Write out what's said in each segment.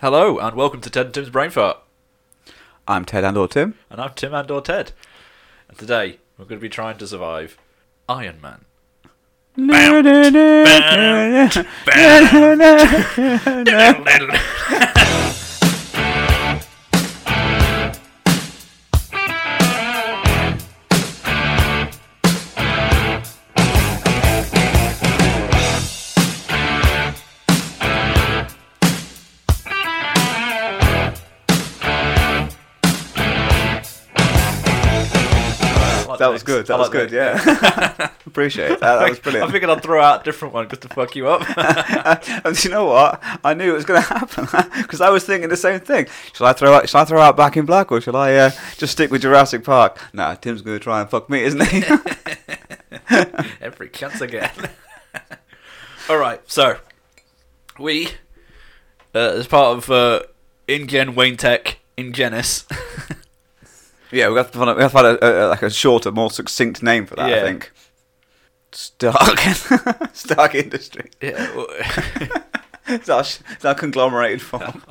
Hello and welcome to Ted and Tim's Brain Fart. I'm Ted and or Tim. And I'm Tim and or Ted. And today we're going to be trying to survive Iron Man. I like That the was next- good. That I was like the good. next- Yeah. Appreciate it. That, that was I brilliant. figured I'd throw out a different one just to fuck you up. and do you know what? I knew it was going to happen because I was thinking the same thing. Shall I throw out? Shall I throw out Back in Black or shall I uh, just stick with Jurassic Park? Nah, Tim's going to try and fuck me, isn't he? Every chance again. All right, so we, uh, as part of uh, InGen Wayne Tech InGenis, yeah, we have to find, a, we have to find a, a, like a shorter, more succinct name for that. Yeah. I think. Stark, Stark Industry. yeah, w- It's our, sh- it's our conglomerated form.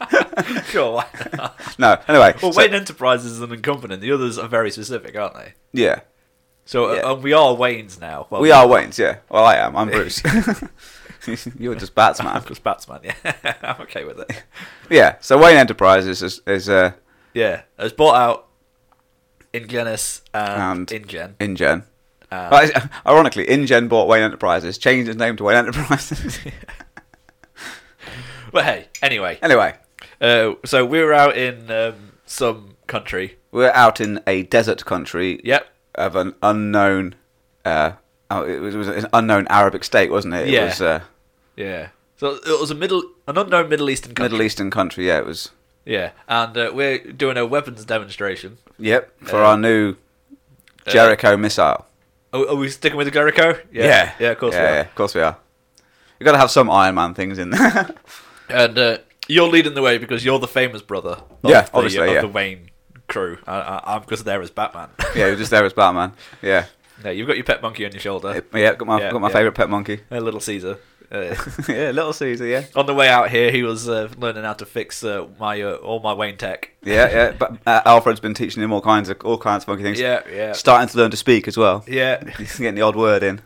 sure. why not? No, anyway. Well, so- Wayne Enterprises is an incumbent, the others are very specific, aren't they? yeah, So uh, Yeah. and we are Waynes now. Well, we are Wayne's. Yeah, well, I am. I'm Bruce. You're just Batsman. Because Batsman, yeah, I'm okay with it. Yeah, so Wayne Enterprises is, is uh, Yeah, it was bought out in Genis and, And- InGen. InGen. Uh, Well, it's- Ironically, InGen bought Wayne Enterprises, changed his name to Wayne Enterprises. But hey, anyway, anyway, uh, so we were out in um, some country. we're out in a desert country Yep. of an unknown. Uh, oh, it was, it was an unknown Arabic state, wasn't it? It Yeah. was uh, Yeah. So it was a middle, an unknown Middle Eastern country. Middle Eastern country. Yeah, it was. Yeah, and uh, we're doing a weapons demonstration. Yep, for Uh, our new Jericho missile. Are, are we sticking with the Jericho? yeah, Uh, Yeah, of course Yeah, we are. yeah, of course we are. You've got to have some Iron Man things in there. And uh, you're leading the way because you're the famous brother. Of Yeah, the, obviously, Of yeah. the Wayne crew. I, I, I'm because there as Batman. yeah, you're just there as Batman. Yeah, no, you've got your pet monkey on your shoulder. yeah. Got my Yeah, got my yeah. favorite pet monkey. Uh, little Caesar. Uh, yeah, Little Caesar. Yeah. on the way out here, he was uh, learning how to fix uh, my uh, all my Wayne tech. Yeah, yeah. But uh, Alfred's been teaching him all kinds of all kinds of funky things. Yeah, yeah, Starting to learn to speak as well. yeah. He's getting the odd word in.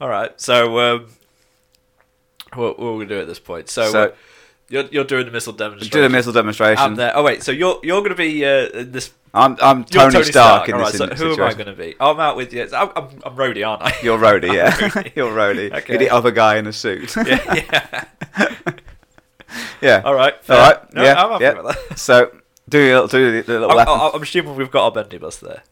All right. So, um, what, what are we gonna do at this point? So, So- uh, you're you're doing the missile demonstration. Do the missile I'm demonstration. there. Oh wait, so you're you're going to be uh, in this. I'm I'm You're Tony, Stark, in All this right, so in- who situation. am I going to be? I'm out with you. I'm I'm, I'm Rhodey, aren't I? You're Rhodey, yeah. I'm Rhodey. You're Rhodey. Okay. You're the other guy in a suit. yeah, yeah. yeah. All right. All fair. right. No, yeah. I'm happy yeah. with that. So do your little do the, the little I'm, weapon. I'm- I'm assuming we've got our bendy bus there.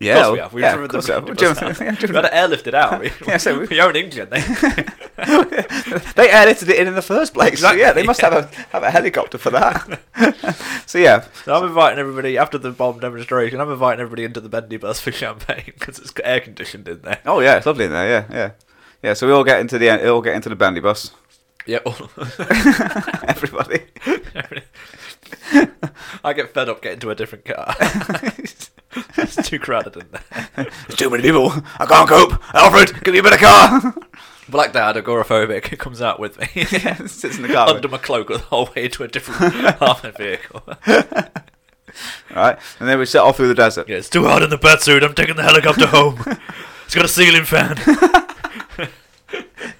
yeah. of course we well, have. We've yeah, driven of course the we have. bendy Jim- bus out. yeah, We've Jim- had it airlifted out. We, Yeah, so we- we own England. They, they edited it in in the first place. So, yeah, they Exactly, must yeah. have a have a helicopter for that. so yeah, so I'm inviting everybody after the bomb demonstration. I'm inviting everybody into the bendy bus for champagne because it's got air conditioned in there. Oh yeah, it's lovely in there. Yeah, yeah, yeah. So we all get into the we all get into the bandy bus. Yeah. all- Everybody. I get fed up getting to a different car. it's too crowded in there. There's too many people. I can't cope. Alfred, give me a better car. Black Dad, agoraphobic, who comes out with me. Sits in the car. Under my cloak the whole way to a different armoured vehicle. Right, and then we set off through the desert. Yeah, it's too hot in the batsuit. I'm taking the helicopter home. It's got a ceiling fan.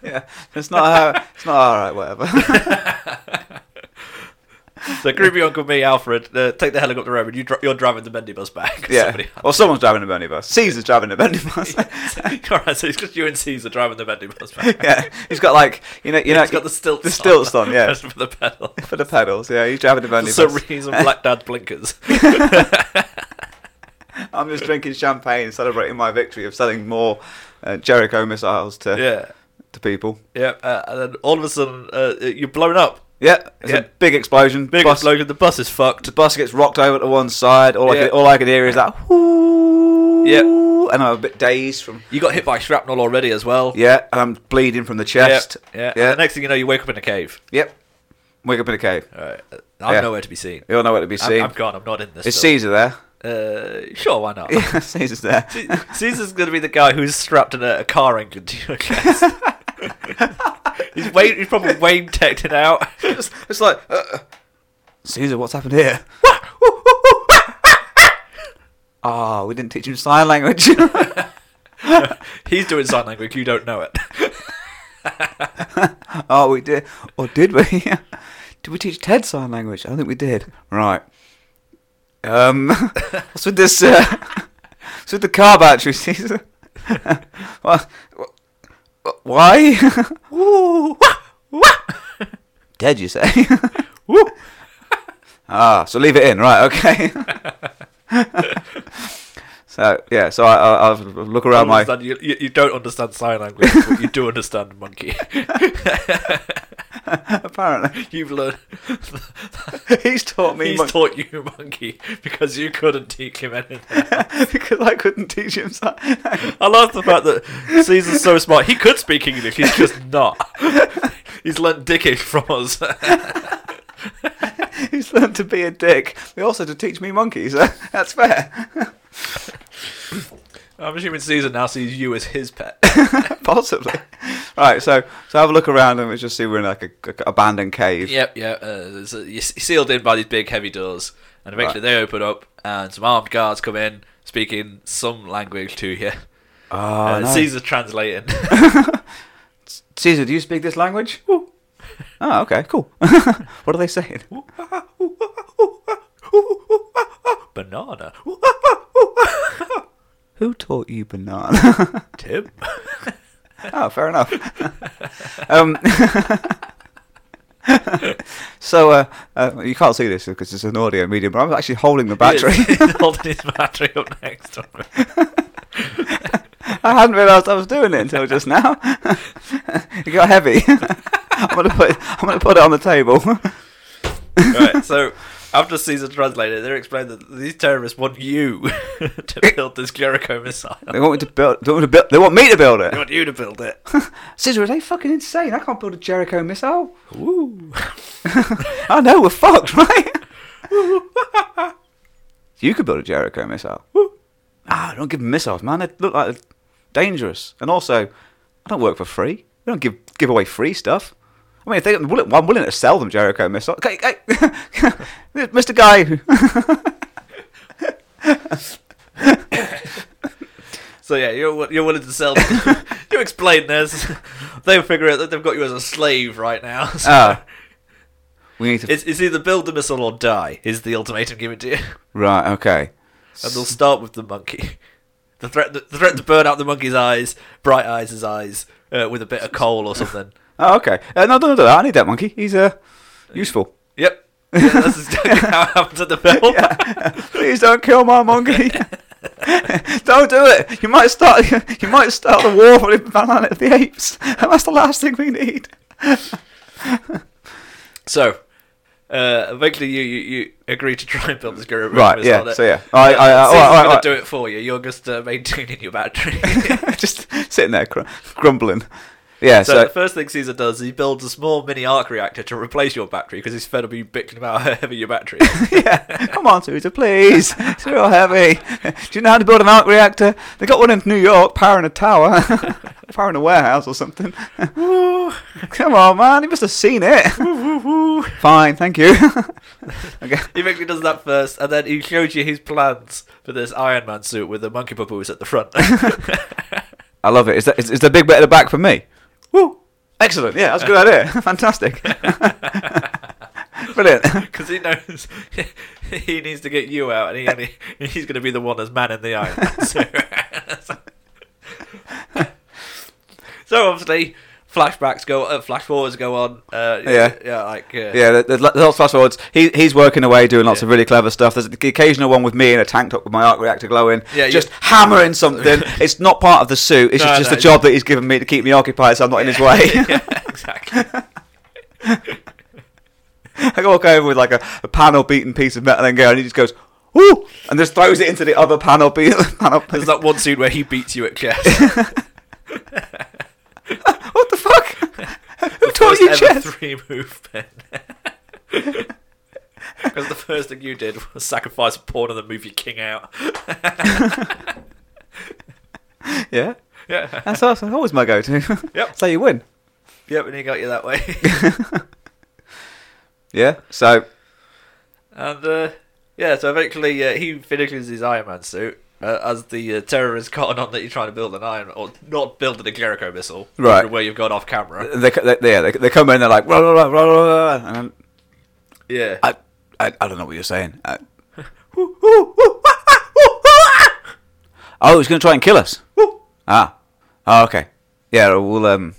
Yeah, it's not. How, it's not all right. Whatever. So creepy uncle me, Alfred, uh, take the helicopter over and you dri you're driving the bendy bus back. yeah. Somebody- Well, someone's driving a bandy bus. Caesar's driving a bandy bus. Alright, so it's just you and Caesar driving the bendy bus back. yeah, he's got like you know you know He's got the stilts the stilts on. Yeah, Just for the pedal. for the pedals. Yeah, he's driving a bandy For some bus. reason, Black Dad blinkers. I'm just drinking champagne, celebrating my victory of selling more uh, Jericho missiles to yeah, to people. yeah. Uh, and then all of a sudden, uh, you're blown up. Yeah, it's Yeah. a big explosion. Big bus, explosion. The bus is fucked. The bus gets rocked over to one side. All I Yeah. could, all I could hear is that. Whoo, Yeah. and I'm a bit dazed from. You got hit by shrapnel already as well. Yeah, and I'm bleeding from the chest. Yeah. yeah. yeah. And the next thing you know, you wake up in a cave. yep. Wake up in a cave. All right. Uh, I'm Yeah. nowhere to be seen. You all know where to be I'm, seen. I'm gone. I'm not in this. Is film. Caesar there? Uh, sure, why not? Yeah, Caesar's there. Caesar's going to be the guy who's strapped in a, a car engine to your chest. He's, Wayne, he's probably Wayne teched it out. It's, it's like, uh, uh, Caesar, what's happened here? Ah, we didn't teach him sign language. He's doing sign language. You don't know it. oh, we did. Or did we? did we teach Ted sign language? I don't think we did. Right. Um, what's with this? Uh, what's with the car battery, Caesar? Wha- wha- Why? Woo, wah, wah. Ted, you say? Woo. ah, so leave it in, right? Okay. so yeah, so I, I, I'll look around my. Understand- you, you- you don't understand sign language, but you do understand monkey. Apparently, You've learned. he's taught me He's mon- taught you monkey because you couldn't teach him anything. because I couldn't teach him. sign language. I love the fact that Caesar's so smart. He could speak English. He's just not. He's learnt dickish from us. he's learned to be a dick. He also to teach me monkeys. That's fair, I'm assuming Caesar now sees you as his pet. possibly. Right, so so have a look around and we just see we're in like a, a- abandoned cave. Yep, yeah. Uh, there's a- you're s- sealed in by these big, heavy doors, and eventually Right. they open up, and some armed guards come in, speaking some language to you. Oh, Uh, no. Caesar translating. Caesar, do you speak this language? Oh, okay, cool. what are they saying? Banana. Who taught you banana? Tim. oh, fair enough. um, so uh, uh, you can't see this because it's an audio medium, but I'm actually holding the battery. He's holding his battery up next to him. I hadn't realised I was doing it until just now. it got heavy. I'm gonna put it, I'm gonna put it on the table. right, so after Caesar translated, they explained that these terrorists want you to build this Jericho missile. they want me to build. They want, me to build, they want me to build They it. want you to build it. Scissor, are they fucking insane? I can't build a Jericho missile. Woo. I know we're fucked, right? you could build a Jericho missile. Ah, don't give them missiles, man. They look like they're dangerous. And also, I don't work for free. I don't give give away free stuff. I mean, if they, I'm willing, I'm willing to sell them Jericho missiles. Okay, hey, Mr. Guy. So yeah, you're you're willing to sell. you explain this. They figure out that they've got you as a slave right now. So Ah, we need to. it's, it's either build the missile or die. Is the ultimatum given to you? right, okay. And they'll start with the monkey. The threat, the threat to burn out the monkey's eyes, bright eyes' eyes, uh, with a bit of coal or something. Oh, okay. Uh, no, don't do that. I need that monkey. He's uh, useful. Yep, yeah, that's exactly how it happens in the film. Please don't kill my monkey. don't do it. You might start. You might start the war with Planet of the Apes, and that's the last thing we need. So, uh, eventually you, you, you agree to try and build this Guru Right, Rubin yeah, missile that- so yeah. I- I- I- Caesar's alright, gonna alright, do it for you. You're just uh, maintaining your battery. Just sitting there gr- grumbling. Yeah. so, So, the first thing Caesar does is he builds a small mini arc reactor to replace your battery because he's fed up of you bitching about how heavy your battery is. yeah. Come on, Susa, please. It's real heavy. Do you know how to build an arc reactor? They got one in New York, powering a tower, powering a warehouse or something. Come on, man. You must have seen it. Fine, thank you. okay. he eventually does that first, and then he shows you his plans for this Iron Man suit with the monkey papoose at the front. I love it. Is that is, is the big bit at the back for me? Woo! Excellent. Yeah, that's a good idea. Fantastic. Brilliant. Because he knows he needs to get you out, and he only, he's going to be the one as man in the Iron Man suit. so obviously, flashbacks go, uh, flash forwards go on. Uh, Yeah. yeah, like uh, Yeah, there- there's lo- lots of fast forwards. He, he's working away doing lots of really clever stuff. There's the occasional one with me in a tank top with my arc reactor glowing, Yeah, you- just hammering something. it's not part of the suit. It's No, just, just no, the job that he's given me to keep me occupied, so I'm not in his way. yeah, exactly. I walk over with like a, a panel beaten piece of metal and go, and he just goes, "Ooh!" and just throws it into the other panel beaten panel. There's that one scene where he beats you at chess. what the fuck? Who taught First you ever chess? three move pen. Because the first thing you did was sacrifice a pawn and then move your king out. yeah. yeah. That's awesome. Always my go-to. Yep. so you win. Yep, and he got you that way. Yeah. So and uh, yeah, so eventually uh, he finishes his Iron Man suit uh, as the uh, terrorists cotton on that you're trying to build an Iron or not building a Jericho missile, Right. Uh, Where you've gone off camera. they, they, they- yeah, they, they come in. They're like, rah, rah, rah, rah, rah, rah," and I'm- Yeah. I, I, I don't know what you're saying. I, oh, he's going to try and kill us. Ah. Oh, okay. Yeah, we'll um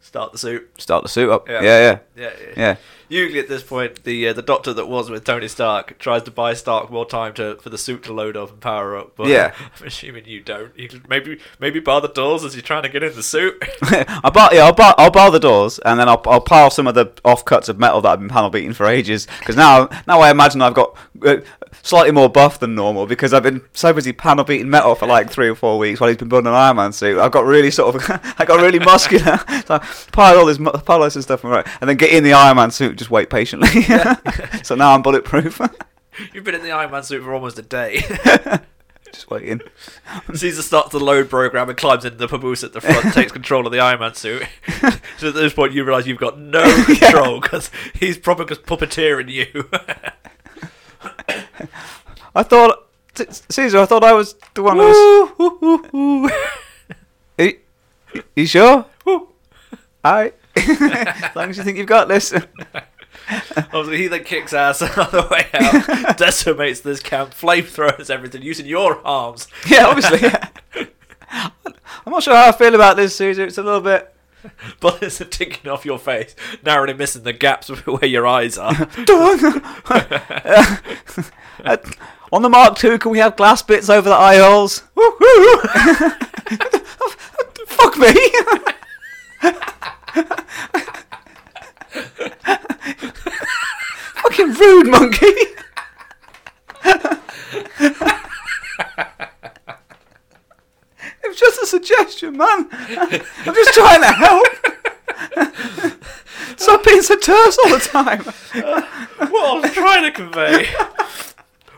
Start the suit. start the suit up. Yeah. Yeah, yeah, Yeah, yeah. Usually at this point, the uh, the doctor that was with Tony Stark tries to buy Stark more time to for the suit to load up and power up. But Yeah. I'm assuming you don't. You can maybe maybe bar the doors as you're trying to get in the suit. I'll bar, yeah, I'll bar, I'll bar the doors, and then I'll, I'll pile some of the offcuts of metal that I've been panel beating for ages. Because now, now I imagine I've got uh, slightly more buff than normal because I've been so busy panel beating metal for like three or four weeks while he's been building an Iron Man suit. I've got really sort of, I got really muscular. So I pile all this, mu- pile all this stuff, and right- and then get in the Iron Man suit, and just wait patiently. so now I'm bulletproof. You've been in the Iron Man suit for almost a day. just waiting. Caesar starts the load program and climbs into the papoose at the front, takes control of the Iron Man suit. so at this point, you realise you've got no control because he's probably just puppeteering you. I thought, C- Caesar, I thought I was the one that was. Woo, Are you, you sure? woo. Alright. as long as you think you've got this. Obviously, he then kicks ass another way out, decimates this camp, flamethrowers everything using your arms. yeah, obviously. yeah. I'm not sure how I feel about this, Caesar. It's a little bit. Bullets are ticking off your face, narrowly missing the gaps where your eyes are. Uh, on the Mark II, can we have glass bits over the eye holes? Fuck me! Fucking rude, monkey! It's just a suggestion, man. I'm just trying to help. Stop being so terse all the time. what I was trying to convey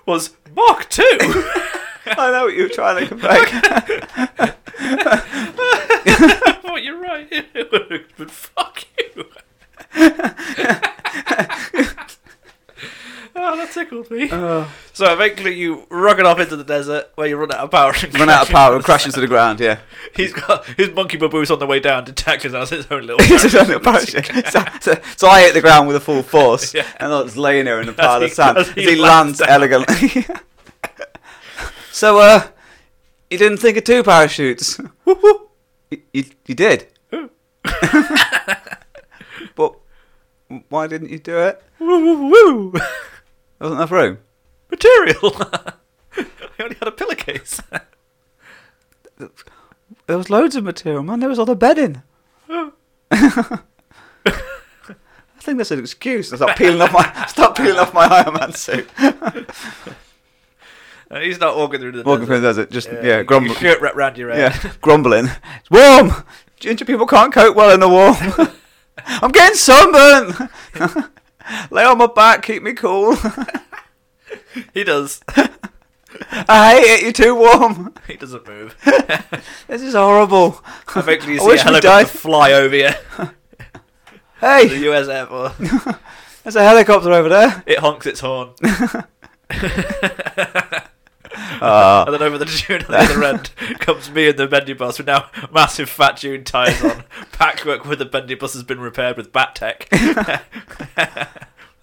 was Mark 2! I know what you were trying to convey. oh, you're right. but fuck you. oh, that tickled me. Uh. so eventually you rocket off into the desert where you run out of power. And Run out of power and crashes to the ground. Yeah, He's got his monkey baboose on the way down to Texas as his own little. It's a little parachute. So, so, so I hit the ground with a full force, Yeah. and I was laying there in the pile As of he- sand. as As he he, lands elegantly. so, uh, you didn't think of two parachutes? Whoop, whoop. you, you, you did. but why didn't you do it? woo woo woo. There wasn't enough room. Material. I only had a pillowcase. Uh, There was loads of material, man. There was all the bedding. I think that's an excuse. I start peeling off my start peeling off my Iron Man suit. Uh, he's not walking through the Walking through desert. the desert, just yeah, you- grumbling. your Shirt wrapped round your head. Yeah, grumbling. It's warm. Ginger people can't cope well in the warm. I'm getting sunburnt. Lay on my back, keep me cool. He does. I hate it. You're too warm. He doesn't move. This is horrible. Eventually, you I see a wish we helicopter died. fly over you. Hey, The US Air Force. there's a helicopter over there. It honks its horn. Ah, Uh, And then over the tune on the other end comes me and the bendy bus with now massive fat tune tires on. Patchwork where the bendy bus has been repaired with bat tech.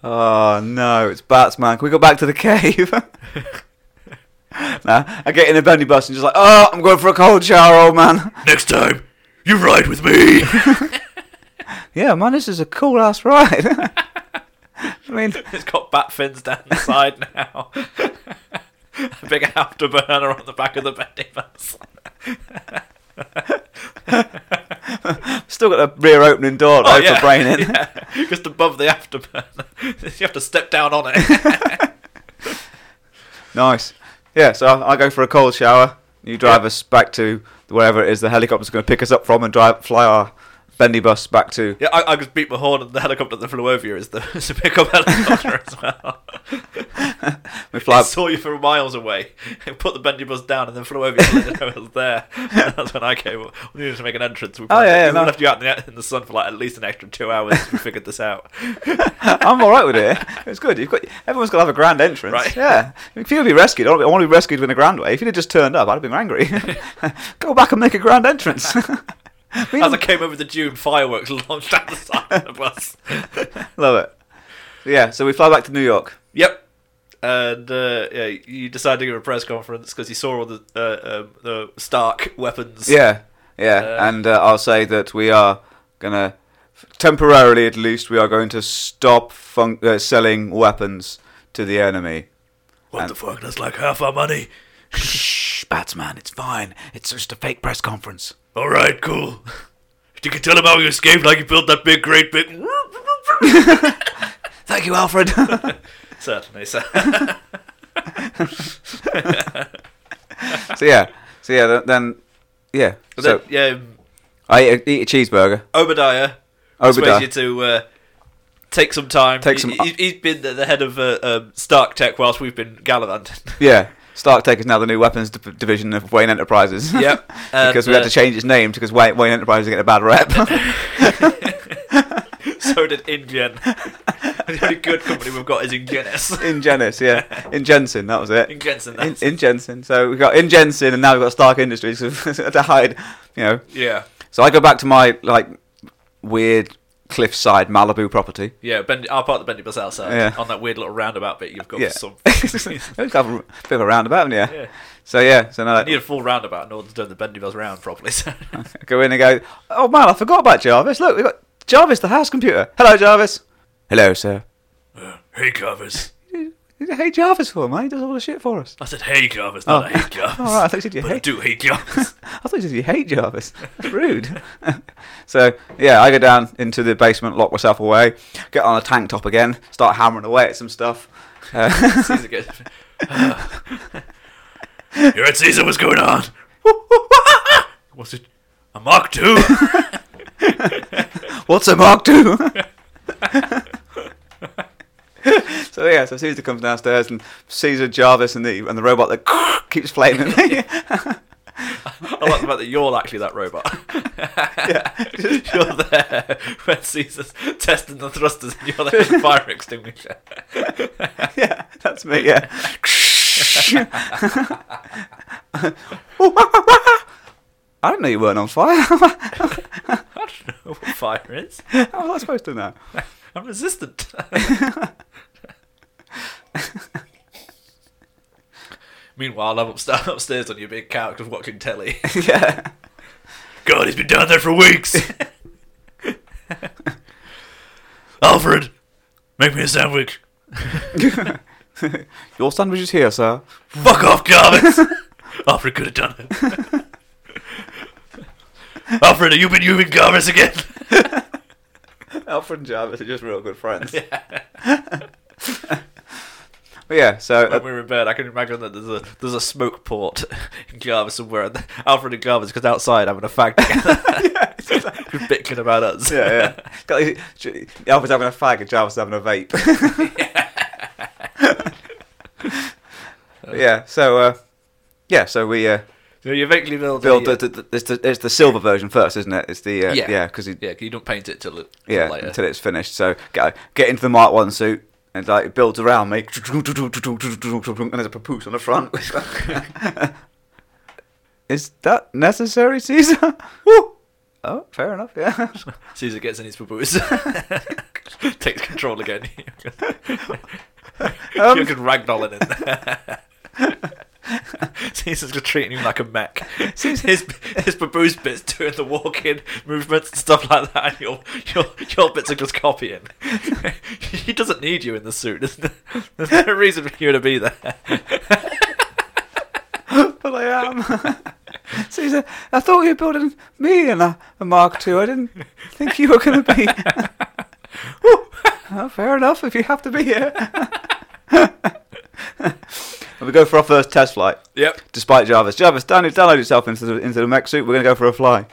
oh no, it's bats, man. Can we go back to the cave? nah, I get in a bendy bus and just like, oh, I'm going for a cold shower, old man. Next time, you ride with me. Yeah, man, this is a cool ass ride. I mean, it's got bat fins down the side now. A big afterburner on the back of the bendy bus. still got the rear opening door to Oh, open yeah. brain in. Yeah. Just above the afterburner. you have to step down on it. Nice. Yeah, so I, I go for a cold shower. You drive us back to wherever it is the helicopter's going to pick us up from and drive fly our bendy bus back to. Yeah, I, I just beat my horn and the helicopter that flew over you is the, is the pickup helicopter as well. We fly. It saw you from miles away, it put the bendy bus down, and then flew over you and let you know it was there. And that's when I came up. We needed to make an entrance. We Oh, yeah, yeah, we no. left you out in the, in the sun for like at least an extra two hours. we figured this out. I'm all right with it. It's good. You've got everyone's got to have a grand entrance. Right. Yeah. If you would be rescued, I don't- I want to be rescued in a grand way. If you'd have just turned up, I'd have been angry. Go back and make a grand entrance. We As I came over the dune, fireworks launched out the side of the bus. Love it. Yeah. So we fly back to New York. Yep. And uh, yeah, you decided to give a press conference because you saw all the uh, um, the Stark weapons. Yeah. Yeah. Uh, and uh, I'll say that we are gonna temporarily, at least, we are going to stop fun- uh, selling weapons to the enemy. What and- the fuck? That's like half our money. Shh, Batsman. It's fine. It's just a fake press conference. All right, cool. You can tell him how you escaped, like you built that big, great big. Thank you, Alfred. Certainly, sir. so yeah, so yeah, th- then yeah. So yeah, um, I eat a, eat a cheeseburger. Obadiah. Obadiah. Persuades you to uh, take some time. Take some- He, has been the, the head of uh, um, Stark Tech whilst we've been gallivanting. Yeah, Stark Tech is now the new weapons d- division of Wayne Enterprises. Yep, and, because we had uh, to change its name because Wayne, Wayne Enterprises get a bad rep. so did Indian. the only good company we've got is Ingenis. in Genis, yeah, in Jensen, that was it. In Jensen, in, that's in Jensen. So we got in Jensen, and now we've got Stark Industries to hide. You know, yeah, so I go back to my like weird cliffside Malibu property. yeah. Bendy, our part of the Bendy Bus outside Yeah. on that weird little roundabout bit you've got Yeah, some. it's got a bit of a roundabout, haven't you? Yeah. So yeah, so now I need a full roundabout in order to turn the Bendy Bus round properly. So. go in and go, oh man, I forgot about Jarvis. Look, we've got Jarvis, the house computer. Hello, Jarvis. Hello, sir. hey, Carvers. Hey, Jarvis for, man. He does all the shit for us. I said, hey, Carvers, not Oh. hey, Carvers. Oh, right, I thought you said you but I hate- do hate Carvers. I thought you said you hate Jarvis. That's rude. so, yeah, I go down into the basement, lock myself away, get on a tank top again, start hammering away at some stuff. Uh, Caesar goes, "Ah." You're at Caesar, what's going on? What's it? A Mark II? What's a Mark II? so, yeah, so Caesar comes downstairs and Caesar, Jarvis, and the, and the robot that keeps flaming me. I like the fact that you're actually that robot. you're there when Caesar's testing the thrusters and you're there with the fire extinguisher. yeah, that's me. Yeah. I didn't know you weren't on fire. How I don't know what fire is. was I supposed to know? I'm resistant. Meanwhile, I'm upstairs, upstairs on your big couch just watching telly. yeah. God, he's been down there for weeks. Alfred, make me a sandwich. Your sandwich is here, sir. Fuck off, Jarvis. Alfred could have done it. Alfred, have you been using Jarvis again? Alfred and Jarvis are just real good friends. but yeah, so When uh, we were in bed, I can imagine that there's a there's a smoke port in Jarvis somewhere, and Alfred and Jarvis because outside having a fag together, Just bitching about us. yeah, yeah. Got these- J- Alfred's having a fag and Jarvis is having a vape. But yeah, so uh, yeah, so we uh, So you eventually build, Bill, a, the, the, the, it's, the, it's the silver version first, isn't it? It's the uh, uh, Yeah. yeah, because yeah, you don't paint it till, it- till yeah, later. until it's finished. So go get into the Mark One suit and like it builds around me, and there's a papoose on the front. Is that necessary, Caesar? Woo! Oh, fair enough. Yeah. Caesar gets in his papoose, takes control again. Um. you can ragdoll it in there. Caesar's treating him like a mech. Caesar- His his papoose bits doing the walking movements and stuff like that, and your your your bits are just copying. he doesn't need you in the suit. There's no, there's no reason for you to be there. but I am. Caesar, I thought you were building me and a, a Mark II. I didn't think you were going to be. Woo. Oh, fair enough if you have to be here. we go for our first test flight, Yep. despite Jarvis. Jarvis, download, download yourself into the, into the mech suit. We're going to go for a fly.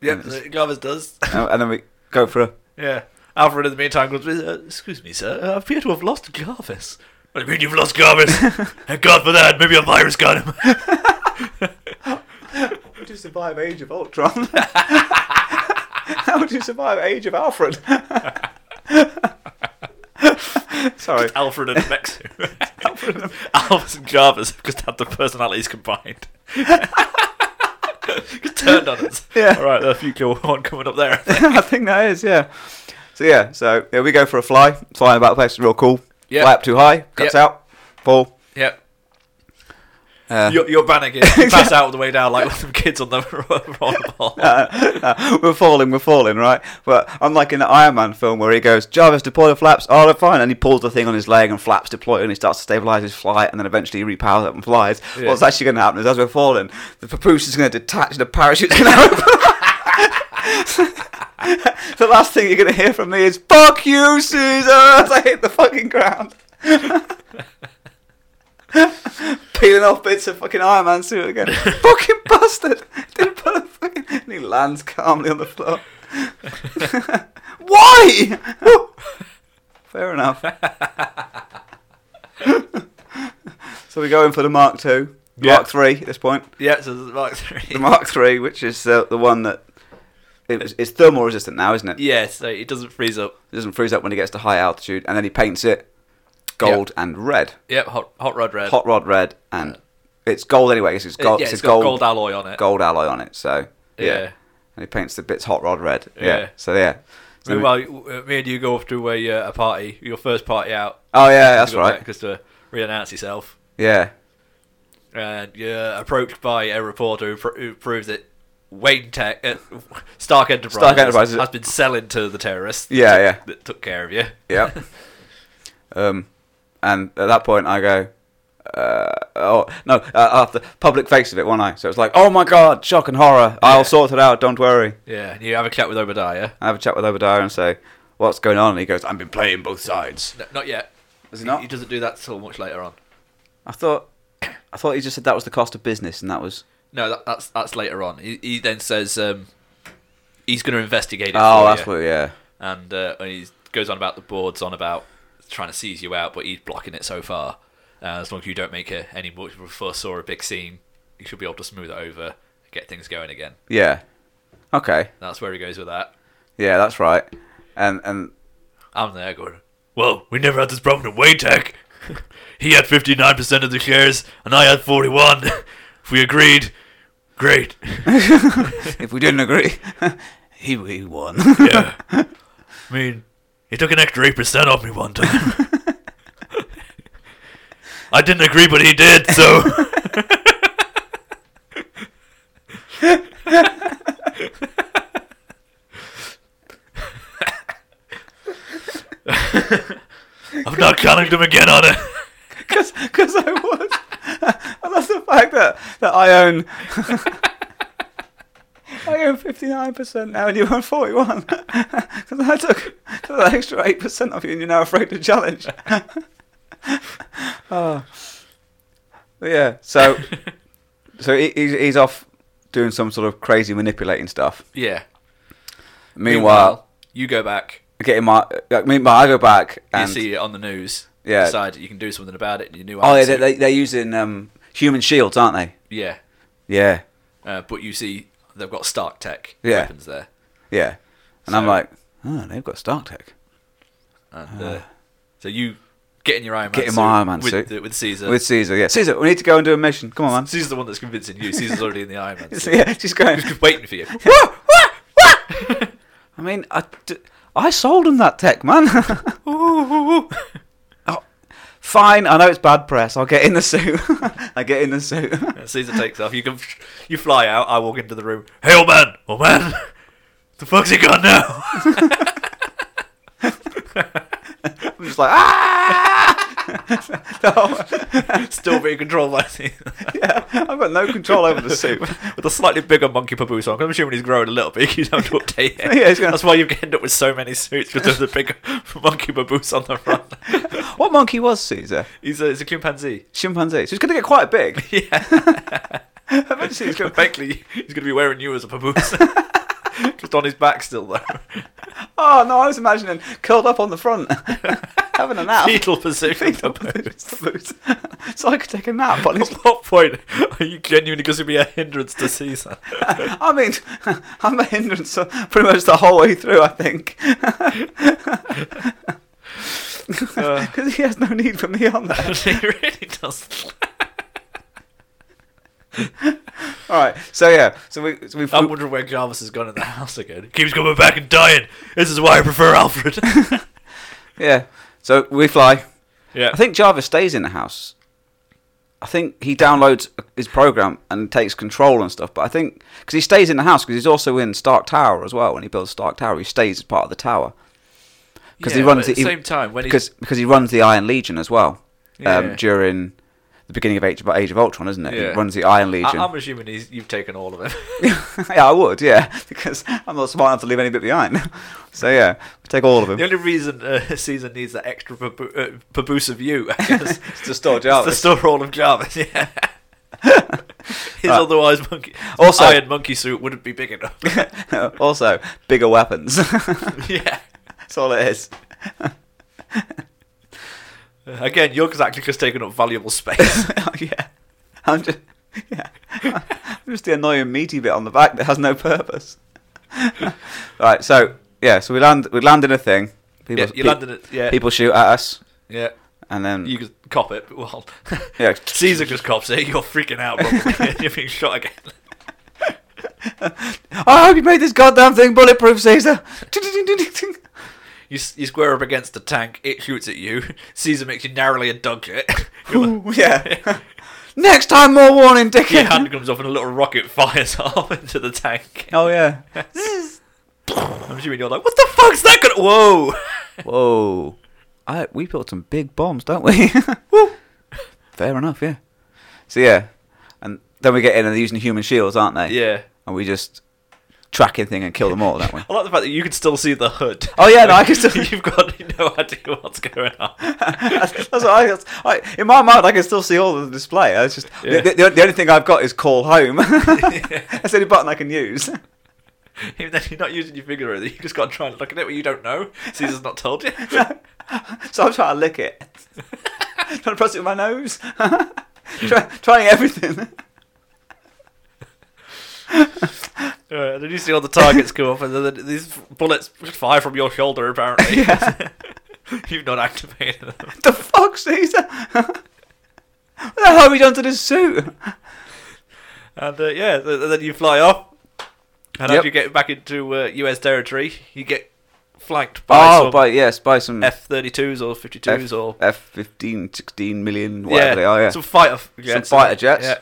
Yep, so Glovers does. and and then we go for a. yeah. Alfred, in the meantime, goes, uh, Excuse me, sir, I appear to have lost Garvis. What do you mean you've lost Garvis? Thank God for that. Maybe a virus got him. How would you survive Age of Ultron? How would you survive Age of Alfred? Sorry. Alfred and Mexico. Alfred and Alvis and Garvis have just had the personalities combined. Just turned on us. Yeah. All right, the future one coming up there. I think that is, yeah. So yeah, so yeah, we go for a fly, flying about the place, real cool. Yeah. Fly up too high, cuts Yeah. out, fall. Yep. Uh, You're, you're panicking. You pass out on the way down like with some kids on the rollerball. uh, we're falling, we're falling, right? But unlike in the Iron Man film where he goes, Jarvis, deploy the flaps, oh, they're fine, and he pulls the thing on his leg and flaps deploy and he starts to stabilize his flight, and then eventually he repowers up and flies. Yeah. What's actually going to happen is as we're falling, the papoose is going to detach and the parachute's going to open. the last thing you're going to hear from me is, fuck you, Caesar, as I hit the fucking ground. peeling off bits of fucking Iron Man suit again. fucking bastard! Didn't put a fucking. And he lands calmly on the floor. Why? Fair enough. so we're going for the Mark Two, Yeah. Mark Three at this point. yeah, so there's Mark three. The Mark Three, which is uh, the one that it was, it's thermal resistant now, isn't it? yeah, so it doesn't freeze up. It doesn't freeze up when it gets to high altitude, and then he paints it gold and red, Yep, hot, hot rod red. hot rod red, and it's gold anyway. 'cause It's It- gold. Uh, yeah, it's it's a got gold, gold alloy on it. gold alloy on it. So yeah, Yeah. and he paints the bits hot rod red. Yeah. Yeah. So yeah. So we- Meanwhile, you- uh, me and you go off to a, uh, a party, your first party out. oh yeah, that's You got back right. Just to re-announce yourself. Yeah. And you're approached by a reporter who, pr- who proves that Wayne Tech, uh, Stark Enterprises, Stark Enterprises. has been selling to the terrorists. Yeah, that, yeah. That took care of you. Yeah. um, and at that point I go. Uh, oh no! Uh, after public face of it, one eye. So it's like, oh my god, shock and horror. I'll sort it out. Don't worry. Yeah, and you have a chat with Obadiah. I have a chat with Obadiah and say, what's going on? And he goes, I've been playing both sides. No, not yet. Is he not? He doesn't do that till much later on. I thought, I thought he just said that was the cost of business, and that was. No, that, that's that's later on. He, he then says um, he's going to investigate it. Oh, for that's you. what. Yeah. And uh, and he goes on about the boards, on about trying to seize you out, but he's blocking it so far. Uh, as long as you don't make a, any much of a fuss or a big scene, you should be able to smooth it over, and get things going again. Yeah. Okay. That's where he goes with that. Yeah, that's right. And and I'm there going, well, we never had this problem in Waytech. he had 59% of the shares, and I had 41. if we agreed, great. if we didn't agree, he, he won. Yeah. I mean, he took an extra 8% off me one time. I didn't agree, but he did, so. I'm not counting them again on it. Because I was. I love the fact that, that I own. I own 59% now and you own 41 Because I took that extra 8% of you and you're now afraid to challenge. oh. But yeah, so so he, he's, he's off doing some sort of crazy manipulating stuff. Yeah. Meanwhile, you go back. getting my. Like, meanwhile, I go back You and. see it on the news. Yeah. Decide you can do something about it. You knew. Oh, yeah, they, they, they're using um, human shields, aren't they? yeah. Yeah, Uh, but you see, they've got Stark Tech Yeah. weapons there, yeah. And I'm So- like, oh, they've got Stark Tech and uh, so you get in your Iron Man Ah. Get in suit my Iron Man with, suit. uh, with Caesar. with Caesar. Yeah, Caesar, we need to go and do a mission. Come on, Caesar's the one that's convincing you. Caesar's already in the Iron Man man. suit. yeah, she's going. He's just waiting for you. "Wah, wah, wah!" I mean, I, d- I sold him that tech, man. oh, fine, I know it's bad press. I'll get in the suit. I get in the suit. And Caesar takes off. You can, you fly out. I walk into the room. Hey, old man, old man, the fuck's he gone now? I'm just like, ah! No. Still being controlled by Caesar. yeah, I've got no control over the suit. with a slightly bigger monkey papoose on. 'cause I'm assuming he's growing a little bit. You don't have to update it. Yeah, he's gonna- That's why you end up with so many suits because of the bigger monkey papoose on the front. What monkey was Caesar? he's, a, he's a chimpanzee. Chimpanzee. So he's going to get quite big. Yeah. Eventually he's going to Basically, he's going to be wearing you as a papoose. Just on his back still though. Oh no, I was imagining curled up on the front, having a nap. Fetal position. Fetal position, suppose. so I could take a nap on his. At what point are you genuinely going to be a hindrance to Caesar? I mean, I'm a hindrance uh, pretty much the whole way through. I think Uh, because he has no need for me on there. he really does. All right, so yeah, so we so we I'm wondering where Jarvis has gone in the house again. Keeps coming back and dying. This is why I prefer Alfred. yeah, so we fly. yeah. I think Jarvis stays in the house. I think he downloads his program and takes control and stuff. But I think because he stays in the house because he's also in Stark Tower as well. When he builds Stark Tower, he stays as part of the tower because he Yeah, runs but at the he- same time when because he's because he runs the Iron Legion as well Yeah. um, during the beginning of Age of, Age of Ultron, isn't it? Yeah. He runs the Iron Legion. I, am assuming he's, you've taken all of them. yeah, I would, yeah, because I'm not smart enough to leave any bit behind. so yeah, take all of them. the only reason uh, Caesar needs that extra pabu- uh, paboose of you I guess, is to store to Jarvis. store all of Jarvis. Yeah. His Uh, otherwise monkey, also- iron monkey suit wouldn't be big enough. also, bigger weapons. yeah. That's all it is. Again, York's actually just taking up valuable space. yeah, I'm just yeah, I'm just the annoying meaty bit on the back that has no purpose. right, so yeah, so we land we land in a thing. People, yeah, you pe- landed it. Yeah. people shoot at us, Yeah. and then You could cop it. but Well, yeah, Caesar just cops it. You're freaking out, probably. You're being shot again. I hope you made this goddamn thing bulletproof, Caesar. You, s- you square up against the tank. It shoots at you. Caesar makes you narrowly a dodge it. You're like- Ooh, yeah. Next time, more warning, Your dickhead. hand comes off and a little rocket fires off into the tank. Oh yeah. I'm assuming you're like, what the fuck's that gonna. Whoa! Whoa. I, we built some big bombs, don't we? Woo. Fair enough, yeah. So yeah, and then we get in and they're using human shields, aren't they? Yeah. And we just track everything and kill them all, don't we? I like the fact that you can still see the hood. Oh, yeah, no, I can still- You've got no idea what's going on. that's, that's what I, that's, I. In my mind, I can still see all of the display. I was just Yeah. the, the, the only thing I've got is call home. That's the only button I can use. Even then, you're not using your finger or anything. You just got to try and look at it, but you don't know. Caesar's not told you. So I'm trying to lick it. trying to press it with my nose. Try, trying everything. Uh, then you see all the targets come up, and then these bullets fire from your shoulder, apparently. Yeah. You've not activated them. the fuck, Caesar? what the hell have we done to this suit? And uh, yeah, th- th- then you fly off. And Yep. as you get back into uh, US territory, you get flanked by Oh, some by yes, by some F 32s or 52s or. F 15, 16 million, whatever they are. Yeah, Some fighter f- jets. fighter jets. Yeah.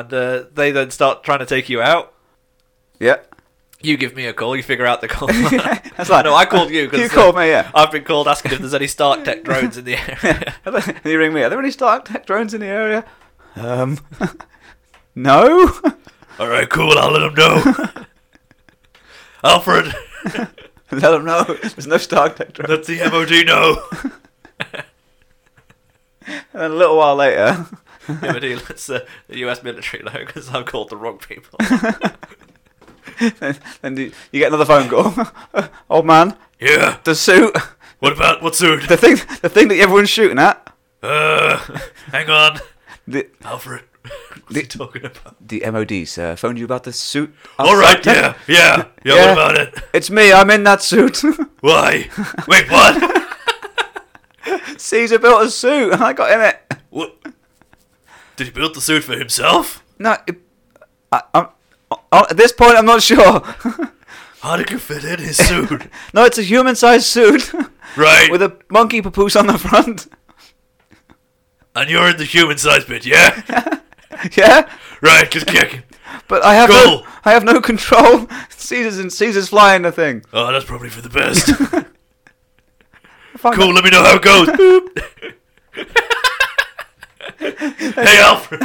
And uh, they then start trying to take you out. yeah. You give me a call, you figure out the call. That's like no, I called you because You called me, yeah. I've been called asking if there's any Stark Tech drones in the area. Are there- you ring me. Are there any Stark Tech drones in the area? Um, no. All right, cool. I'll let them know. Alfred, Let them know. There's no Stark Tech drones. let the MOD know. And then a little while later, MOD, let's uh, the US military know because I've called the wrong people. then, then you, you get another phone call. Old man, yeah. the suit, What about what's soon? the thing, the thing that everyone's shooting at. Uh, hang on, The Alfred. What's The- he talking about? the MOD sir phoned you about the suit. All right, yeah, yeah, yeah. Yeah. What about it? It's me. I'm in that suit. Why? Wait, what? Caesar built a suit, and I got in it. what? Did he build the suit for himself? No, it, I, I'm, I, at this point, I'm not sure. How did you fit in his suit? no, it's a human-sized suit right. with a monkey papoose on the front. and you're in the human size bit, yeah? yeah, right, just checking. but I have Go. no, I have no control. Caesar's in, Caesar's flying the thing. Oh, that's probably for the best. I find cool, let me know how it goes. Boop. hey, Alfred.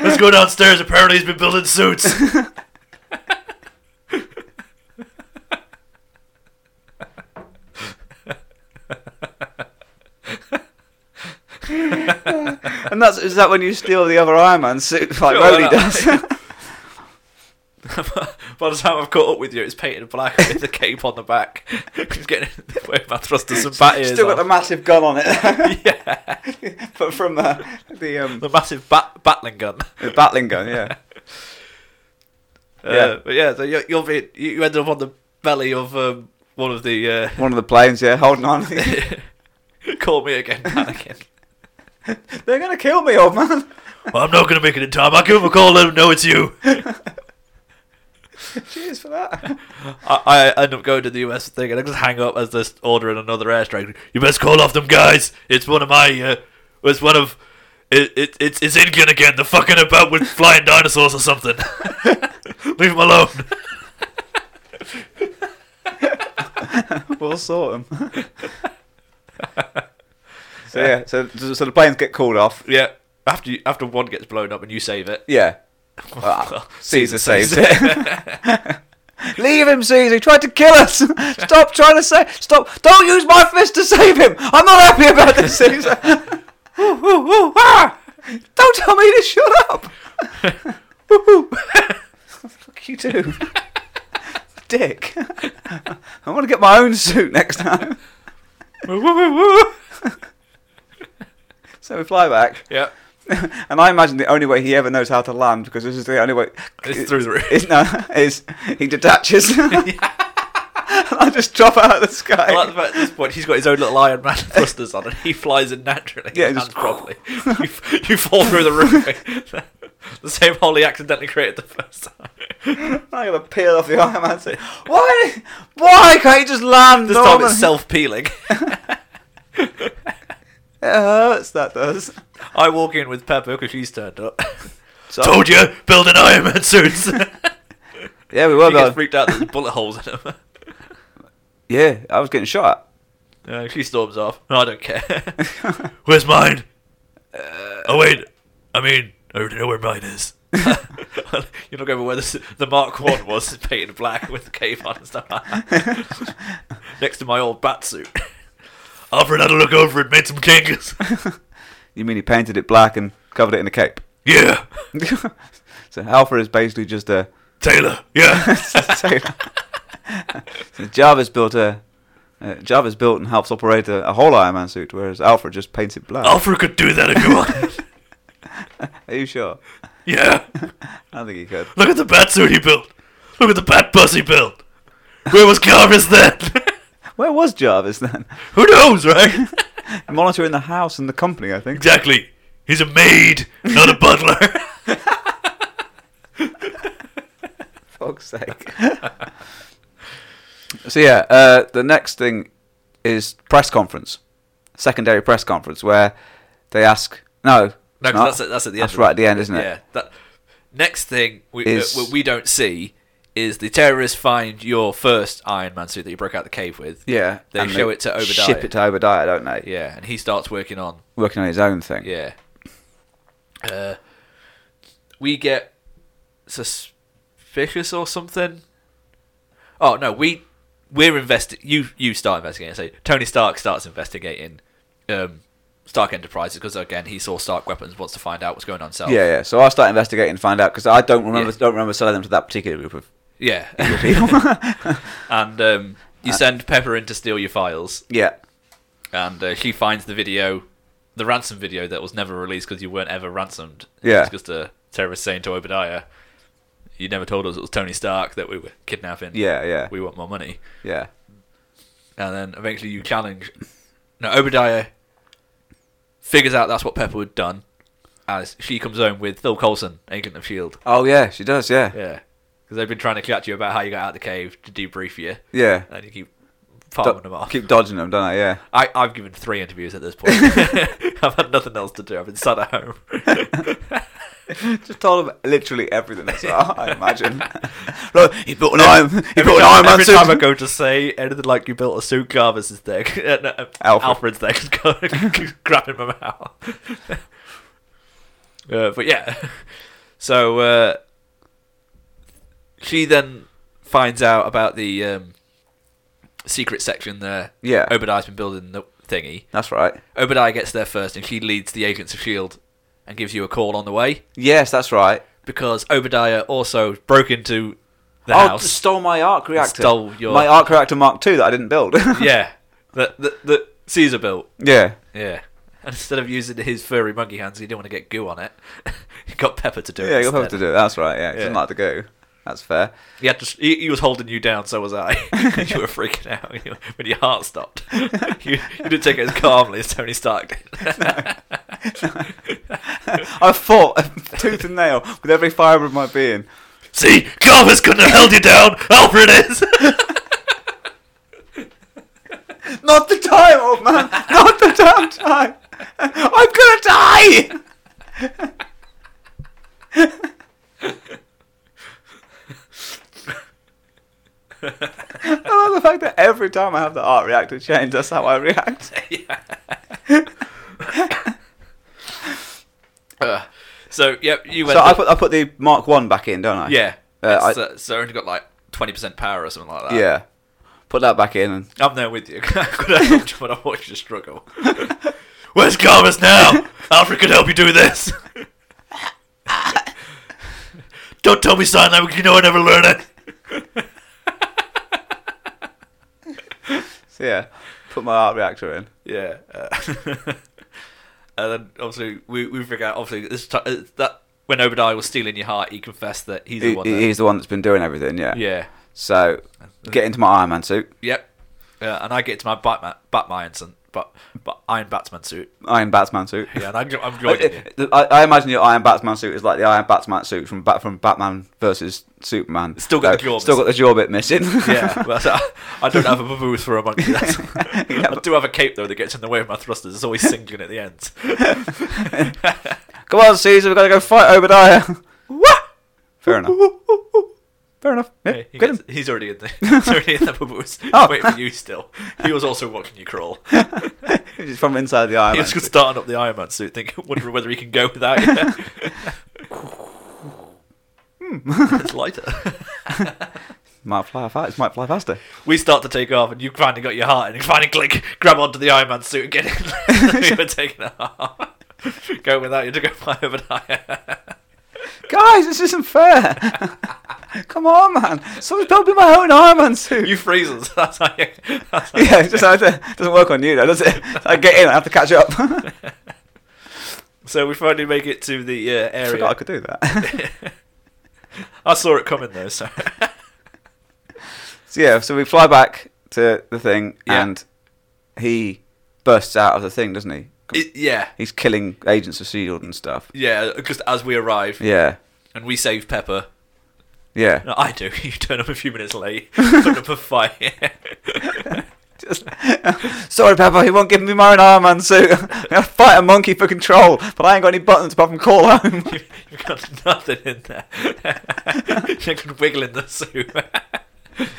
Let's go downstairs. Apparently, he's been building suits. that- And that's is that when you steal the other Iron Man suit like Sure, Rhodey why not? does? By the time I've caught up with you, it's painted black with the cape on the back. He's getting wearing my thrusters and bat ears. Still got the on. massive gun on it, yeah, but from the the, um, the massive bat- battling gun. the battling gun, yeah. Yeah. Uh, but yeah, so you, you'll be you you end up on the belly of um, one of the. Uh, One of the planes, yeah, holding on. call me again, Anakin. They're gonna kill me, old man. well, I'm not gonna make it in time. I'll give him a call. Let him know it's you. Cheers for that. I, I end up going to the US thing and I just hang up as they're ordering another airstrike. You best call off them guys. It's one of my. Uh, it's one of. It, it, it's, it's Indian again. They're fucking about with flying dinosaurs or something. Leave them alone. We'll sort them. so yeah, so so the planes get called off. Yeah. After you, after one gets blown up and you save it. Yeah, Well, Caesar saves it. Leave him, Caesar. He tried to kill us. Stop trying to save. Stop. Don't use my fist to save him. I'm not happy about this, Caesar. Woo, woo, woo, ah! Don't tell me to shut up. Woo, woo. Fuck you too, Dick. I want to get my own suit next time. Woo, woo, woo, woo. So we fly back, yeah. and I imagine the only way he ever knows how to land because this is the only way. It's through the roof. It's no, it's he detaches. I just drop out of the sky. I like the fact at this point he's got his own little Iron Man thrusters on and he flies in naturally. Yeah, Yeah, just- just properly. you, f- you fall through the roof. the same hole he accidentally created the first time. I'm gonna peel off the Iron Man. suit. Why? Why can't you just land? This time normal?" it's self peeling. It hurts. That does. I walk in with Pepper because she's turned up. So, you, building Iron Man suits. he Yeah, we were gets going. freaked out that there's bullet holes in him. Yeah, I was getting shot. Uh, she storms off. No, I don't care. Where's mine? oh wait, I mean, I already know where mine is. You're not over where this, the Mark One was, painted black with the cape on and stuff. like that. Next to my old bat suit. Alfred had a look over it, made some changes. You mean he painted it black and covered it in a cape? yeah, so Alpha is basically just a. Taylor. Yeah, so, Jarvis built a. Uh, Jarvis built and helps operate a, a whole Iron Man suit, whereas Alfred just paints it black. Alfred could do that if you wanted. Are you sure? Yeah, I don't think he could. look at the bat suit he built. Look at the bat bus he built. Where was Jarvis then? Where was Jarvis then? Who knows, right? Monitoring the house and the company, I think. Exactly. He's a maid, not a butler. fuck's sake. so yeah, uh, the next thing is press conference, secondary press conference where they ask. No, no, 'cause not- that's, at, that's at the end. That's right at the end, isn't it? Yeah. That, next thing we, Is- uh, we don't see is the terrorists find your first Iron Man suit that you broke out the cave with. Yeah, They and show it to Obadiah. Ship it to Obadiah, don't they? Yeah, and he starts working on. Working on his own thing. Yeah. Uh, we get suspicious or something. Oh no, we we're investi- You you start investigating. So Tony Stark starts investigating um, Stark Enterprises because again he saw Stark weapons, wants to find out what's going on. Himself. yeah, yeah. So I start investigating and find out because I don't remember Yeah. don't remember selling them to that particular group of yeah. people. and um, you send Pepper in to steal your files, yeah, and uh, she finds the video, the ransom video that was never released because you weren't ever ransomed. Yeah. it's just a terrorist saying to Obadiah, "You never told us it was Tony Stark that we were kidnapping. yeah, yeah, we want more money." yeah. And then eventually you challenge. No, Obadiah figures out that's what Pepper had done, as she comes home with Phil Coulson, Agent of Shield. Oh yeah, she does. Yeah, yeah. E Yeah, because they've been trying to catch you about how you got out of the cave to debrief you, and you keep palming Do- them off. keep dodging them, don't I? Yeah. I, I've given three interviews at this point. I've had nothing else to do. I've been sat at home. Just told him literally everything as well, I imagine. Look, he built an Every- Iron, he built an Iron Man every suit. time I go to say anything like you built a suit, Garvis is there. Uh, no, uh, Alfred. Alfred's there, go- grabbing my mouth. uh, but yeah, so uh, she then finds out about the um, secret section there. Yeah. Obadiah's been building the thingy. That's right. Obadiah gets there first, and she leads the agents of Shield E and gives you a call on the way Yes, that's right. because Obadiah also broke into the oh, house. stole my arc reactor. Stole your- my arc reactor Mark II that I didn't build. yeah, that that that Caesar built. yeah. Yeah, and instead of using his furry monkey hands, he didn't want to get goo on it. he got Pepper to do it. Yeah, you'll have instead. to do it. That's right. Yeah, he doesn't Yeah. like to go. That's fair. He had to. He, he was holding you down. So was I. you were freaking out when, you, when your heart stopped. you, you didn't take it as calmly as Tony Stark did. I fought tooth and nail with every fibre of my being. See, Carver's couldn't have held you down. Alfred is. Not the time, old man. Not the damn time. I'm gonna die. I love the fact that every time I have the art reactor change, that's how I react. Yeah. Uh, so yep, you went. So I put I put the Mark One back in, don't I? yeah. Uh, I- it's, uh, so I only got like twenty percent power or something like that. Yeah. Put that back in. And I'm there with you. I could have helped you when I watched you struggle. Where's Garvis now? Alfred could help you do this. Don't tell me sign language, you know I never learn it. so yeah, put my art reactor in. Yeah. uh, and then obviously we we figure out obviously this ti- uh that when Obadiah was stealing your heart, he confessed that he's the He- one. that- he's the one that's been doing everything. Yeah. yeah. So get into my Iron Man suit, Yep. Uh, and I get to my Batman, Batman, suit- but but Iron Batman suit. Iron Batman suit. Yeah, and I'm, jo- I'm joining you. I, I Uh, I imagine your Iron Batman suit is like the Iron Batman suit from Bat from Batman versus Superman. Still got the Though, jaw Still got the jaw bit missing. yeah, well, so I- I don't have a booth for a monkey. That's, Yeah, I but- do have a cape though that gets in the way of my thrusters. It's always singling at the end. Come on, Caesar, we've got to go fight Obadiah. Fair enough. Fair enough. Yeah, Hey, he get gets- him. he's already in the he's already in the booth. Oh. Waiting for you still. He was also watching you crawl. He's from inside the Iron He Man. was just starting up the Iron Man suit, thinking, wondering whether he can go without it. Hmm. it's lighter. Might fly fast. Might fly faster. We start to take off, and you finally got your heart, and you finally click, grab onto the Iron Man suit and get in. we were taking off. Going without you to go fly overnight. Guys, this isn't fair. Come on, man. Someone's built me my own Iron Man suit. you freeze us. That's how you. That's how yeah, it's just like, it doesn't work on you though, does it? I get in, I have to catch up. I So we finally make it to the uh, area. forgot I could do that. I saw it coming though. So So yeah, so we fly back to the thing, Yeah. and he bursts out of the thing, doesn't he? It- yeah, He's killing agents of Shield E and stuff. yeah. Because as we arrive Yeah, and we save Pepper, yeah. no, I do. You turn up a few minutes late, put up a fight. Just- Sorry, Pepper, he won't give me my own Iron Man suit. I fight a monkey for control, but I ain't got any buttons apart from call home. You- You've got nothing in there. you can wiggle in the suit.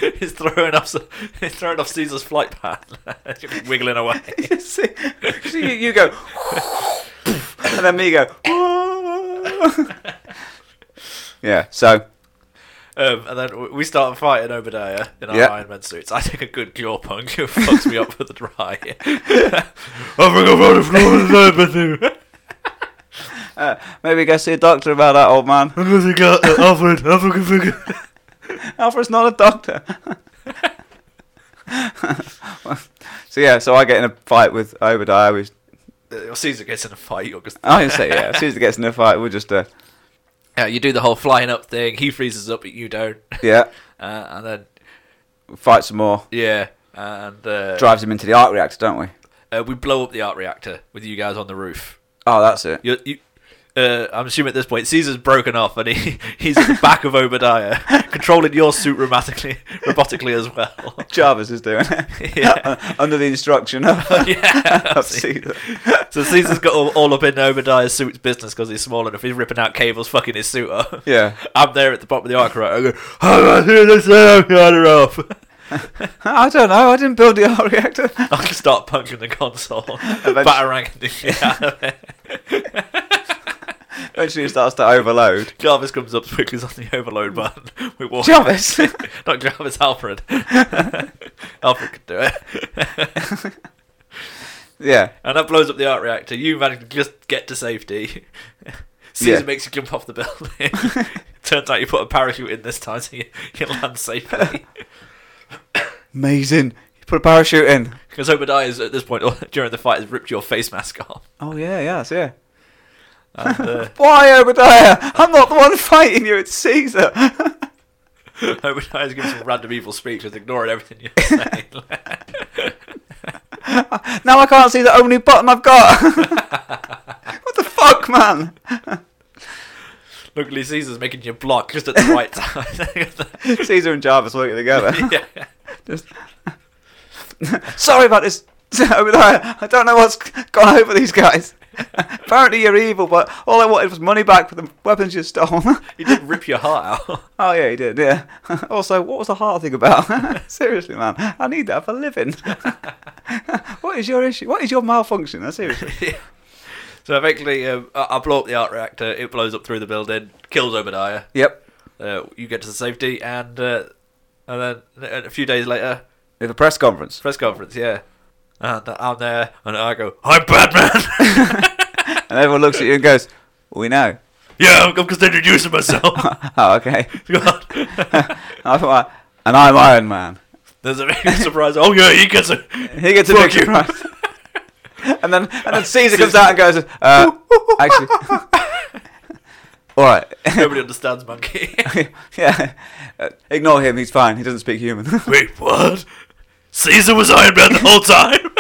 It's throwing off, it's throwing off Caesar's flight path. You're wiggling away. you see, see, you, you go, and then me go. yeah. So Um, and then w- we start fighting Obadiah in our Yeah. Iron Man suits. I take a good jaw punk who fucks me up for the dry. oh my god, what if no one's Iron Man suit? uh, maybe go see a doctor about that old man. Because he got uh, Alfred, Alfred figure. Alfred's not a doctor. so yeah, so I get in a fight with Obadiah. We, Uh, Caesar gets in a fight. August. I say yeah, as soon as it gets in a fight, we'll just uh, Uh, you do the whole flying up thing. He freezes up, but you don't. yeah Uh, and then fight some more. yeah, and uh, Drives him into the arc reactor, don't we? uh, we blow up the art reactor with you guys on the roof. Oh, that's it. You, you, uh, I'm assuming at this point Caesar's broken off and he, he's at the back of Obadiah, controlling your suit robotically, robotically as well. Jarvis is doing it Yeah. under the instruction of, yeah. of Caesar. So Caesar's got all, all up in Obadiah's suit's business because he's small enough. He's ripping out cables, fucking his suit up. Yeah. I'm there at the bottom of the arc, right? I go, how do I do this? now? How do I off? I don't know. I didn't build the arc reactor. I can start punching the console, Eventually- batarang the shit out of it. Eventually, it starts to overload. Jarvis comes up, quickly on the overload button. We walk. Mm. Jarvis. Not Jarvis, Alfred. Alfred could do it. Yeah. and that blows up the art reactor. You manage to just get to safety. Caesar Yeah. makes you jump off the building. Turns out you put a parachute in this time, so you, you land safely. Amazing. You put a parachute in. Because Obadiah, is, at this point during the fight, has ripped your face mask off. Oh yeah, yeah, that's- yeah. And, uh, Why Obadiah? I'm not the one fighting you. It's Caesar. Obadiah's giving some random evil speech with ignoring everything you're saying. now I can't see the only button I've got. what the fuck, man? Luckily, Caesar's making you block just at the right time. Caesar and Jarvis working together. yeah. Just sorry about this. Obadiah. I don't know what's gone over these guys. Apparently you're evil, but all I wanted was money back for the weapons you stole. He did rip your heart out. Oh yeah, he did. Yeah. Also, what was the heart thing about? seriously, man, I need that for living. what is your issue? What is your malfunction? Uh, Seriously. So effectively, um, I I blow up the art reactor. It blows up through the building, kills Obadiah. Yep. Uh, you get to safety, and uh, and then and a few days later, At the press conference. press conference. Yeah, and I'm there, and I go, "I'm Batman." And everyone looks at you and goes, "We know." yeah, I'm, I'm just introducing myself. Oh, okay. God. I thought, and I'm Iron Man. There's a big surprise. Oh yeah, he gets a He gets a Fuck big you. surprise. and then and then Caesar comes out and goes, uh, "Actually, all right." Nobody understands monkey. yeah, Uh, ignore him. He's fine. He doesn't speak human. Wait, what? Caesar was Iron Man the whole time.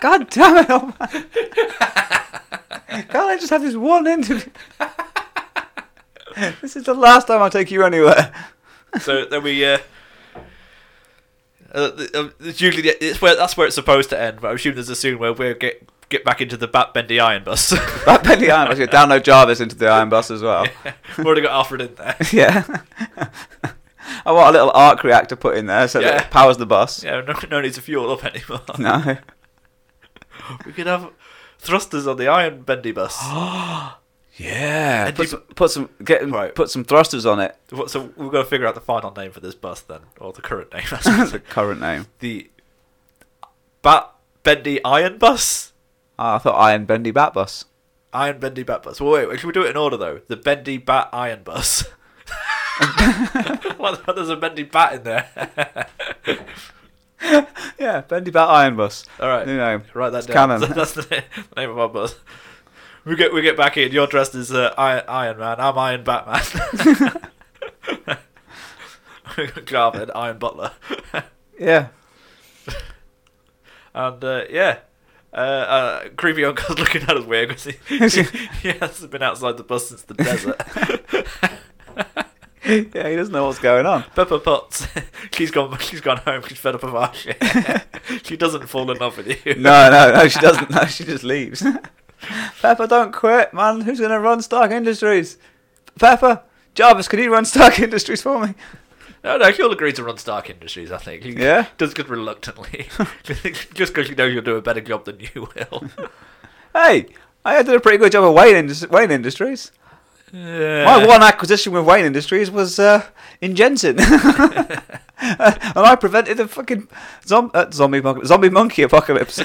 God damn it! Oh man. Can't I just have this one interview? this is the last time I take you anywhere. so then we. Uh, uh, th- um, it's usually the- it's where that's where it's supposed to end, but I assume there's a scene where we will get get back into the bat bendy iron bus. That Bendy Iron Bus. you Download Jarvis into the Iron Bus as well. We've already got Alfred in there. Yeah. I want a little arc reactor put in there so that Yeah. it powers the bus. Yeah, no, no need to fuel up anymore. No. We could have thrusters on the iron bendy bus. Yeah. And Put you- some, put some get Right. put some thrusters on it. What- so we've got to figure out the final name for this bus then, or the current name. I suppose. the current name. the bat bendy iron bus. Ah, I thought Iron Bendy Bat Bus. Iron Bendy Bat Bus. Well, wait, wait, should we do it in order though? The Bendy Bat Iron Bus. well, there's a Bendy Bat in there. Yeah, Bendy Bat Iron Bus. All right, New name. write that It's down. canon. That's the na- name of our bus. We get we get back in. You're dressed as uh, Iron, Iron Man. I'm Iron Batman. Garvin, Iron Butler, Yeah. and uh, yeah. Uh, uh, creepy uncle's looking at us weird because he, he, he hasn't been outside the bus since the desert. yeah, he doesn't know what's going on. Pepper Potts, she's gone. She's gone home. She's fed up of our shit. she doesn't fall in love with you. No, no, no, she doesn't. No, she just leaves. Pepper, don't quit, man. Who's going to run Stark Industries? Pepper, Jarvis, can you run Stark Industries for me? no, no. She'll agree to run Stark Industries. I think. She Yeah? does good reluctantly, just because she knows you'll do a better job than you will. Hey, I did a pretty good job of Wayne, Indus- Wayne Industries. My Yeah. one acquisition with Wayne Industries was uh, in Jensen. and I prevented the fucking zom- uh, zombie, mon- zombie monkey apocalypse.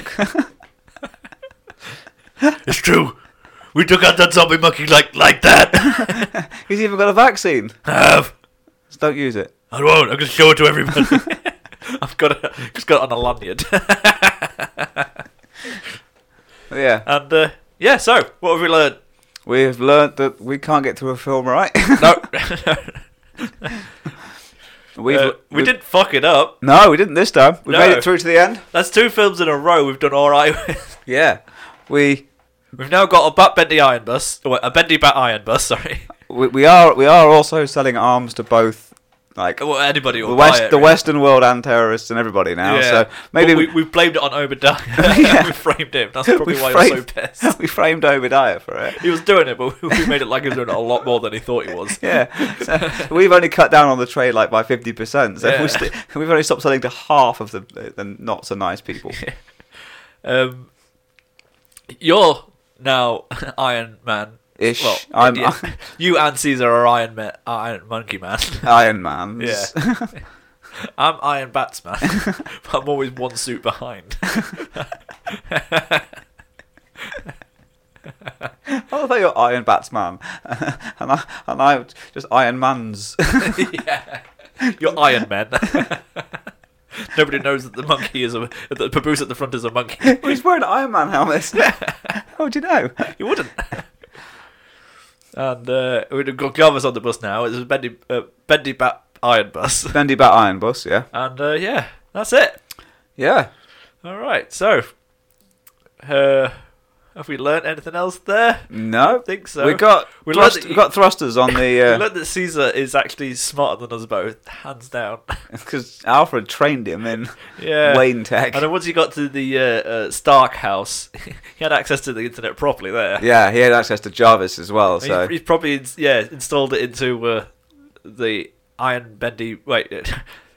It's true. We took out that zombie monkey like like that. He's even got a vaccine. I have. Just don't use it. I won't. I'm gonna show it to everybody. I've got it. Just got it on a lanyard. But yeah, and uh, yeah. So what have we learned? we have learnt that we can't get through a film right. No. We've, Uh, we didn't fuck it up. No, we didn't this time. We made No. it through to the end. That's two films in a row we've done all right with. Yeah, we We've now got a Bat Bendy Iron Bus, or a Bendy Bat Iron Bus, sorry. we, we are we are also selling arms to both like Well, anybody will the buy west it, the really. Western world and terrorists and everybody now. Yeah. So maybe But we, we blamed it on Obadiah. Yeah. we framed him. That's probably we why he was framed, so pissed. we framed Obadiah for it. He was doing it, but we we made it like he was doing it a lot more than he thought he was. Yeah, so we've only cut down on the trade like by fifty percent. So Yeah. we st- we've only stopped selling to half of the, the not so nice people. Um, you're now Iron Man. Ish. Well, I'm- yeah. you and Caesar are Iron Man, Iron Monkey Man. Iron Man. Yeah. I'm Iron Batsman, but I'm always one suit behind. I thought you were Oh, Iron Batsman, and I and I just Iron Man's. yeah. You're Iron Man. Nobody knows that the monkey is a that the papoose at the front is a monkey. He's wearing an Iron Man helmet. How would you know? You wouldn't. And uh, we've got Garvis on the bus now. It's a bendy, uh, bendy bat iron bus. Bendy Bat Iron Bus, yeah. And uh, yeah, that's it. Yeah. All right. So, uh, have we learnt anything else there? No, think so. We got We we, learned that we got thrusters on we the uh, learnt that Caesar is actually smarter than us both, hands down. because Alfred trained him in yeah. Wayne Tech. And then once he got to the uh, uh, Stark house, he had access to the internet properly there. Yeah, he had access to Jarvis as well. He's- So He's, probably ins- yeah installed it into uh, the iron bendy. Wait,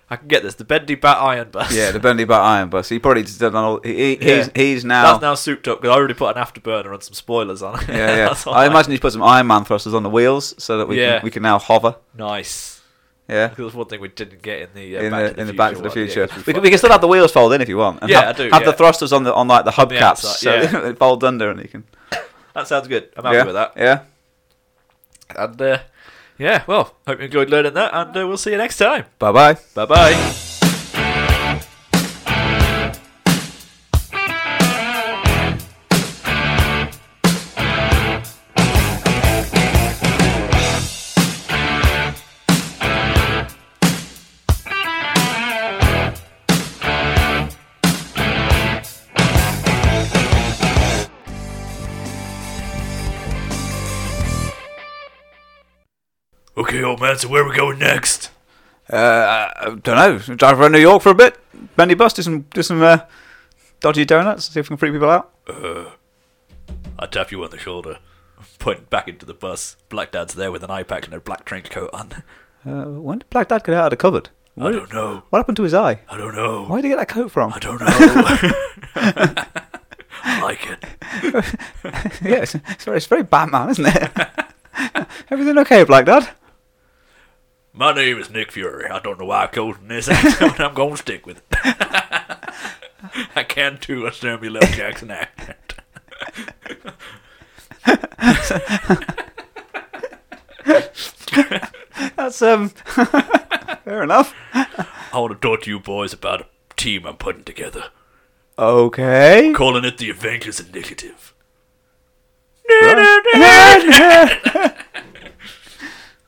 I can get this. The bendy bat iron bus. yeah, the Bendy Bat Iron Bus. He probably just done all. He, he, he's, he's now. that's now souped up because I already put an afterburner and some spoilers on it. yeah, yeah. That's all I imagine he's put some Iron Man thrusters on the wheels so that we Yeah. can, we can now hover. nice. Yeah. That's one thing we didn't get in the uh, In back the, to the in the future Back to the one, yeah, Future, 'cause we, we can, we can still have the wheels fold in if you want. and Yeah, have, I do, Have yeah. the thrusters on the on like the hubcaps, outside, so yeah. it folds under, and you can. thought- that sounds good. I'm happy yeah, with that. Yeah, And uh, yeah, well, hope you enjoyed learning that, and uh, we'll see you next time. bye bye. Bye bye. Okay, old man. So where are we going next? Uh, I don't know. Drive around New York for a bit. Bendy bus, do some do some uh, dodgy donuts. See if we can freak people out. I tap you on the shoulder, point back into the bus. Black Dad's there with an eye pack and a black trenchcoat on. Uh, when did Black Dad get out of the cupboard? I don't know. What happened to his eye? I don't know. Where did he get that coat from? I don't know. I like it. yeah, it's, it's, very, it's very Batman, isn't it? Everything okay, Black Dad? My name is Nick Fury. I don't know why I've chosen this accent, but I'm going to stick with it. I can do a Samuel L. Jackson accent. That's um, fair enough. I want to talk to you boys about a team I'm putting together, Okay. calling it the Avengers Initiative. Right.